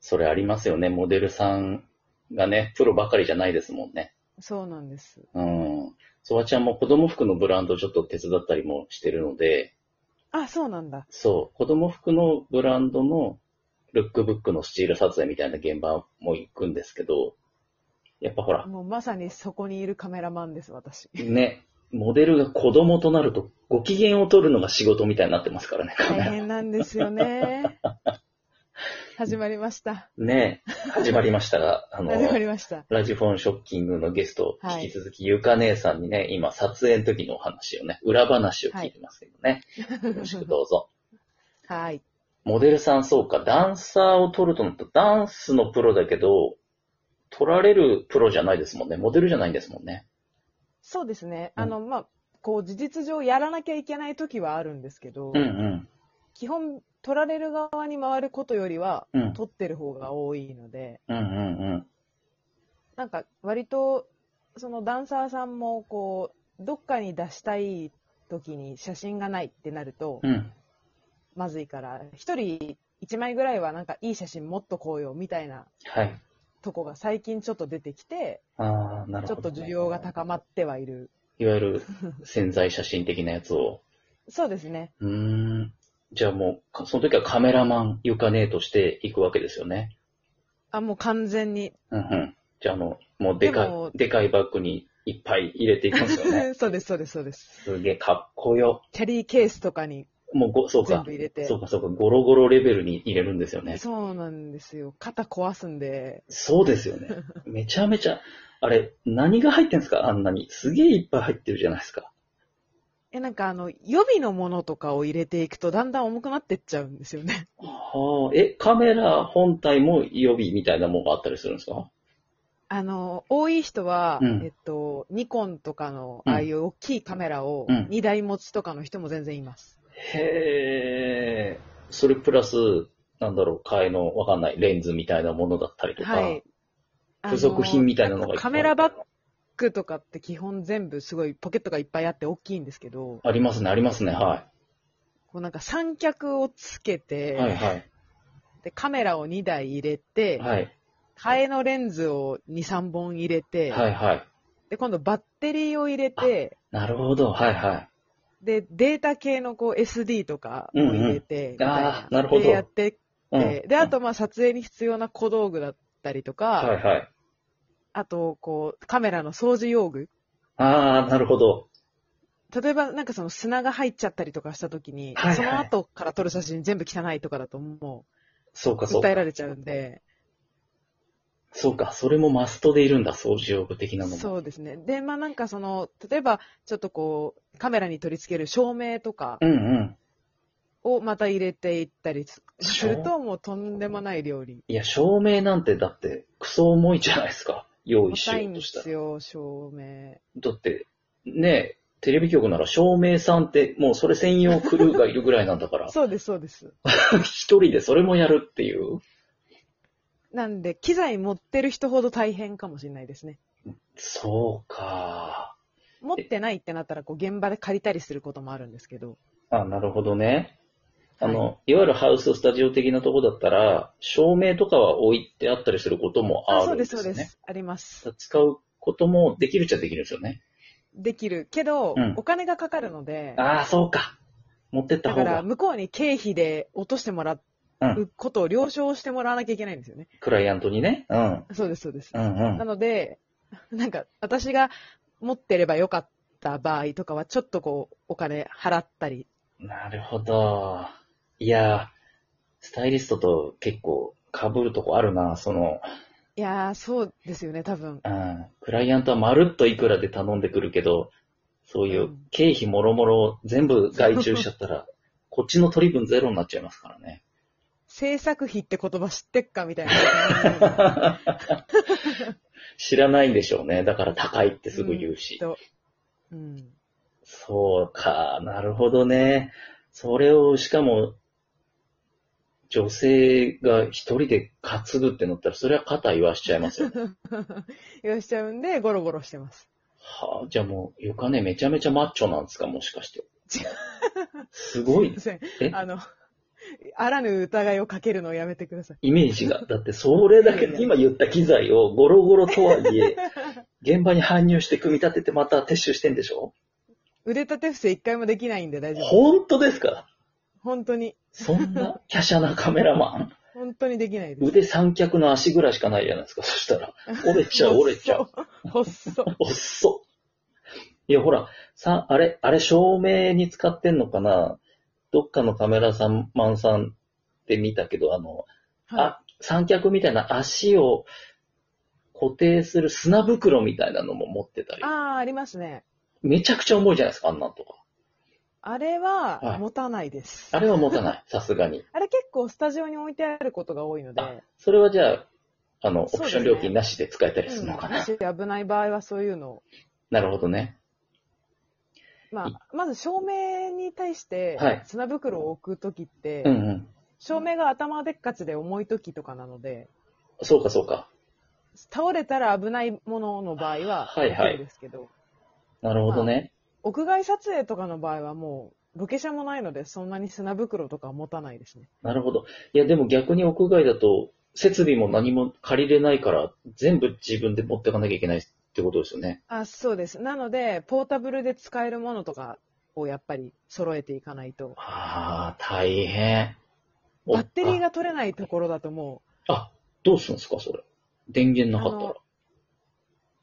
それありますよね。モデルさんがね、プロばかりじゃないですもんね。そうなんです。うん。そばちゃんも子供服のブランドをちょっと手伝ったりもしてるので、あ、そうなんだ。そう、子供服のブランドのルックブックのスチール撮影みたいな現場も行くんですけど、やっぱほら、もうまさにそこにいるカメラマンです、私。ね、モデルが子供となるとご機嫌を取るのが仕事みたいになってますからね。大変なんですよね。始まりました。ね、始まりましたが、あの、始まりました。ラジフォンショッキングのゲスト、引き続きゆか姉さんにね、今撮影の時のお話をね、裏話を聞いてますけどね。よろしくどう ぞ。はい。モデルさん、そうか、ダンサーを撮るとなったら、ダンスのプロだけど、撮られるプロじゃないですもんね。モデルじゃないんですもんね。そうですね。うんあの、まあ、こう、事実上やらなきゃいけない時はあるんですけうど、んうん。基本、撮られる側に回ることよりは、うん。撮ってる方が多いので、うんうんなんか、割と、そのダンサーさんも、こう、どっかに出したい時に写真がないってなるとうん。、うん。まずいから、一人一枚ぐらいはなんかいい写真持っとこうよ、みたいなはい。とこが最近ちょっと出てきて、ああ、なるちほょっど、と需要が高まってはいる。い。いわゆる潜在写真的なやつを。そうですね。うーん。じゃあもう、その時はカメラマン、ゆかねえとして行くわけですよね。あ、もう完全に。うんうん。じゃああの、もうでかいでもでかいバッグにいっぱい入れていくんですよね。 そうです、そうです、そうです。すげえかっこよ。キャリーケースとかにもうご、そう全か部。入れて。そうか、そうか、ゴロゴロレベルに入れるんですよね。そうなんですよ。肩壊すんで。そうです よね。めちゃめちゃ、あれ、何が入ってんですかあんなに。すげえいっぱい入ってるじゃないですか。え、なんかあの、予備のものとかを入れていくとだんだん重くなってっちゃうんですよね。 はあ、え、カメラ本体も予備みたいなものがあったりするんですかあの、多い人は、うんえっと、ニコンとかの、うんああいう大きいカメラをうん2台持ちとかの人も全然います。へえ、それプラス、なんだろう、替えのわかんないレンズみたいなものだったりとか、はい。付属品みたいなのがいっぱいカメラバッグとかって基本全部すごいポケットがいっぱいあって大きいんですけど、ありますね、ありますね、はこうなんか三脚をつけい。て、はい、はい。でカメラを2台入れて、はい、替えのレンズを2、3本入れて、はい、はい。で、今度バッテリーを入れて、なるほど、はい、はい。で、データ系のこう SD とかも入れて、みたいあーなるほどでやってって、うんで、あ、とまあ撮影に必要な小道具だったりとか、はい、はい。あとこうカメラの掃除用具。ああ、なるほど。例えばなんかその砂が入っちゃったりとかした時に、はいはいその後から撮る写真全部汚いとかだともそうか、うそう訴かえ。られちゃうんで、そうか、それもマストでいるんだ、掃除用具的なのも。そうですね。で、まあなんかその、例えばちょっとこうカメラに取り付ける照明とかうんうん。をまた入れていったりす照するともうとんでもない料理。いや、照明なんてだって、クソ重いじゃないですか。用意し重よいうんとでしたすら。よ、照明。だって、ねえ、テレビ局なら照明さんって、もうそれ専用クルーがいるぐらいなんだから 、そうです、そうです。一人でそれもやるっていう。なんで、機材持ってる人ほど大変かもしれないですね。そうか。持ってないってなったら、こう、現場で借りたりすることもあるんですけど。あ、なるほどね。あの、、はいわゆるハウススタジオ的なとこだったら、照明とかは置いてあったりすることもああ、そるうんで、ですすそようね。です。あります。使うこともできるっちゃできるんですよね。できる。けど、うんお金がかかるので、ああ、そうか。持ってっただ方から、が。向こうに経費で落としてもらうん。うことを了承してもらわなきゃいけないんですよね。クライアントにね。うん。そうです、そうですう。んう。なんので、なんか、私が持ってればよかった場合とかは、ちょっとこう、お金払ったり。なるほど。いやー、スタイリストと結構被るとこあるな。その、いやー、そうですよね、多分。うん。クライアントはまるっといくらで頼んでくるけど、そういううん経費もろもろ全部外注しちゃったら、 こっちの取り分ゼロになっちゃいますからね。 制作費って言葉知ってっかみたいな。知らないんでしょうね。だから高いってすぐ言うし。とうん。そうか、なるほどね。それを、しかも、女性が一人で担ぐってなったら、それは肩言わしちゃいますよ。 言わしちゃうんで、ゴロゴロしてます。はあ、じゃあもう、ゆかね、め ちゃめちゃマッチョなんですか、もしかして違。すごいすいません。えあの、あらぬ疑いをかけるのをやめてください。イメージが。だって、それだけ、今言った機材をゴロゴロとはいえ、現場に搬入して組み立ててまた撤収してんでしょ腕立て伏せ一回もできないんで大丈夫。本当ですか本当に。そんな華奢なカメラマン本当にできないです。腕三脚の足ぐらいしかないじゃないですか、そしたら。折れちゃう、折れちゃう。ほ っそ。おっそ。いや、ほら、さ、あれ、あれ、照明に使ってんのかなどっかのカメラさん、マンさんって見たけど、あの、はあ、三脚みたいな足を固定する砂袋みたいなのも持ってたいりあ。あ、ありますね。めちゃくちゃ重いじゃないですか、あんなんとか。あれははい持たないです。あれは持た ない、さすがに。あれ結構スタジオに置いてあることが多いので、それはじゃあ、あの、オそうプでシすョねン料金なしで使えたりすうるん、のかな。もし危ない場合はそういうのを。なるほどね。まあ、まず照明に対してはい砂袋を置くときって、うんうん。照明が頭でっかちで重いときとかなので、そうか、そうか。倒れたら危ないものの場合は、はいはい置くんですけど、なるほどね。屋外撮影とかの場合はもう、ロケ車もないので、そんなに砂袋とかは持たないですね。なるほど。いや、でも逆に屋外だと、設備も何も借りれないから、全部自分で持ってかなきゃいけないってことですよね。あ、そうです。なので、ポータブルで使えるものとかをやっぱり揃えていかないと。ああ、大変。おバッテリーが取れないところだともあ。う、あ、どうすんですか、それ。電源なかっ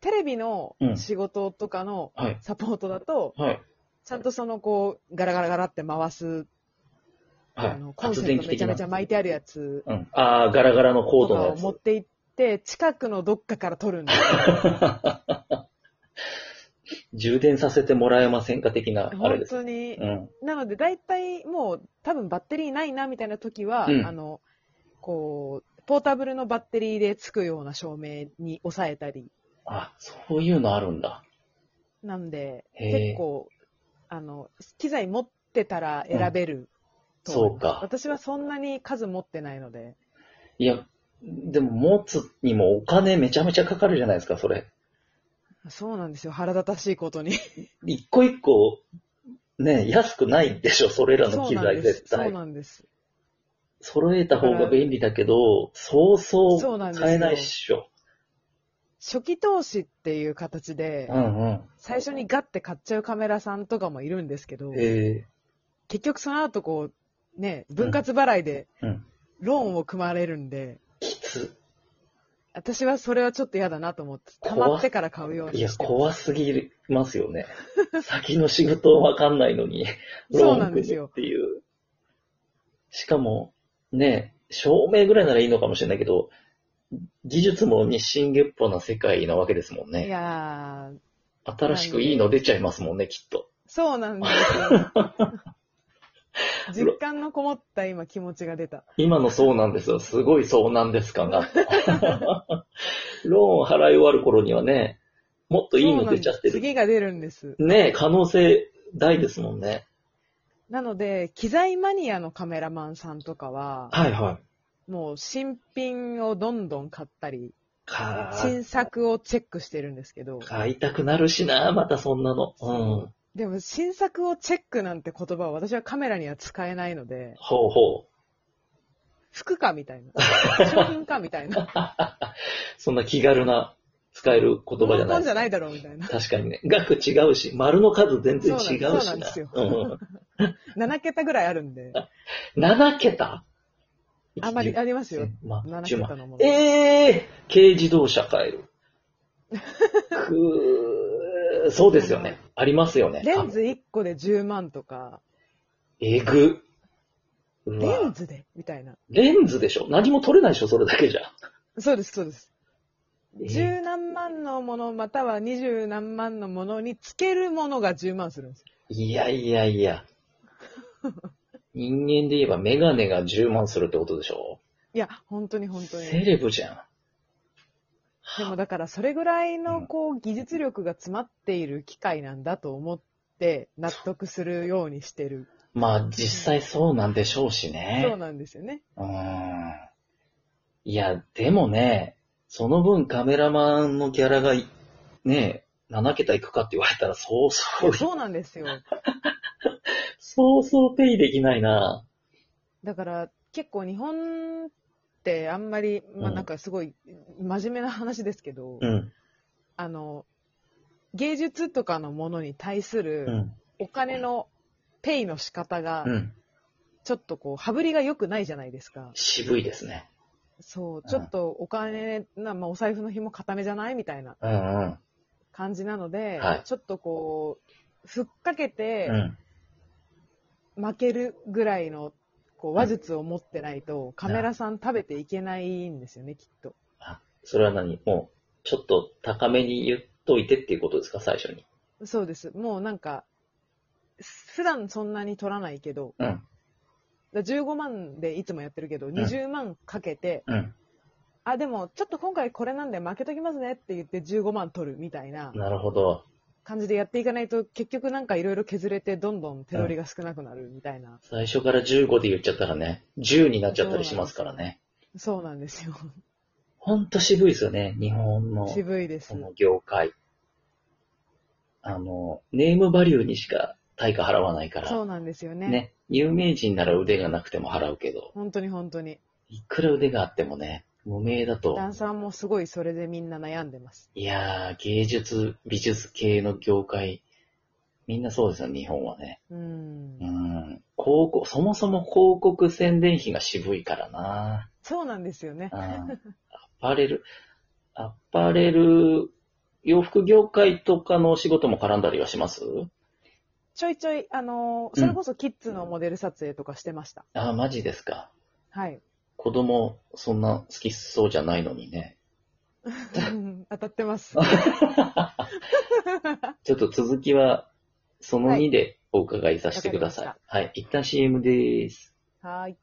テレビのうん仕事とかのたら。はい。サポートだと、はい。ちゃんとそのこう、ガラガラガラって回す、はあのい。コン発セン電ト機め的ちゃなめち。ゃ巻いてあるやつうん。ああ、ガラガラのコードとかのやを持って行って、近くのどっかから取るんですよ。つ。 充電させてもらえませんか的な、あれ本です。当にうん。なので、大体もう、多分バッテリーないな、みたいな時は、うんあの、こう、ポータブルのバッテリーでつくような照明に抑えたり、あ、そういうのあるんだ。なんで、へー結構、あの、機材持ってたら選べるとそ思いうます、か。私はそんなに数持ってないので、いや、でも持つにもお金めちゃめちゃかかるじゃないですか、それ。そうなんですよ、腹立たしいことに。一個一個、ね、安くないでしょ、それらのそう機なん材です絶。そう対。なんです。揃えた方が便利だけど、そうそそうなんうですよ買えないっしょ。初期投資っていう形でう、んうん。最初にガッて買っちゃうカメラさんとかもいるんですけど、え結局その後こう、ね、分割払いでえうん。ローンを組まれるんで、きつ。私はそれはちょっと嫌だなと思って、溜怖まってから買うよういにや、してます。怖すぎますよね。 先の仕事わかんないのに、 そロうーなンんで組すむよっていう。しかも、ね、照明ぐらいならいいのかもしれないけど、技術も日進月歩な世界なわけですもんね。いやー、新しくいいの出ちゃいますもんね、きっと。そうなんですよ。 実感のこもった今気持ちが出た。今のそうなんですよ。すごいそうなんです感 があった。ローン払い終わる頃にはね、もっといいの出ちゃってそうなんでする。次が出るんです。ねえ、可能性大ですもんね。なので、機材マニアのカメラマンさんとかは、はいはい。もう新品をどんどん買ったり、か新作をチェックしてるんですけど、買いたくなるしな、またそんなの。うん。でも新作をチェックなんて言葉は私はカメラには使えないので、 ほうほう。服かみたい な。商品かみたいな。そんな気軽な使える言葉じゃないんじゃないだろうみたいな。確かにね。額違うし、丸の数全然違うしな。そうなんですようん7桁ぐらいある んで、 7桁あんまりありますよ。まあ、 7 10万桁のもの。ええー、軽自動車買え る。くーそうですよね。ありますよね。レンズ1個で10万とあか、えぐ。うわレンズでみたいな。レンズでしょ何も取れないでしょそれだけじゃ。そうです、そうです。えー十何万のもの、または二十何万のものにつけるものが10万するんですよ。いやいやいや。人間で言えばメガネが10万するってことでしょいや、本当に本当セに。レブじゃん。でもだから、それぐらいの、こう、技術力が詰まっている機械なんだと思って、納得するようにしてる。まあ実際そうなんでしょうしそうね。なんですよね。うーん。いや、でもね、その分カメラマンのギャラがい、ね、7桁いくかって言われたら、そういそうや、そうなんですよ。そうそうペイできないな。だから結構日本ってあんまり、まあうんなんかすごい真面目な話ですけど、うん、あの、芸術とかのものに対すうるん、お金のペイの仕方がう、ん。ちょっとこう、羽振りが良くないじゃないですか。渋いですね。そうう、んちょっとお金、なまあ、お財布の紐固めじゃないみたいなうん、うん、感じなので、はいちょっとこう、ふっかけうてん。負けるぐらいの、こう、話術を持ってないと、カメラさん食べていけないんですよね、きっと。あ、それは何もう、ちょっと高めに言っといてっていうことですか、最初に。そうです。もうなんか、普段そんなに取らないけど、うん、だから15万でいつもやってるけど、20万かけて、うん。あ、でも、ちょっと今回これなんで負けときますねって言って15万取るみたいななるほど。感じでやっていかないと、結局なんかいろいろ削れて、どんどん手取りが少なくなるみたいな。最初から15で言っちゃったらね、10になっちゃったりしますからね。そうなんですよ。ほんと渋いですよね、日本の、渋いですこ。の業界。あの、ネームバリューにしか対価払わないから。そうなんですよね。ね、有名人なら腕がなくても払うけど、本当に本当に。いくら腕があってもね、無名だと、ダンサーもすごいそれでみんな悩んでます。いやー、芸術、美術系の業界、みんなそうですよ、日本はね。うんう。ん。広告、そもそも広告宣伝費が渋いからな。そうなんですよねう。ん。アパレル、アパレル、洋服業界とかのお仕事も絡んだりはしますちょいちょい、あのーそれこそキッズのモデル撮影とかしてました。あー、マジですか。はい。子供、そんな好きそうじゃないのに ね。当たってます。ちょっと続きは、そのはい2でお伺いさせてください。わかはい、一旦 CM です。はーい。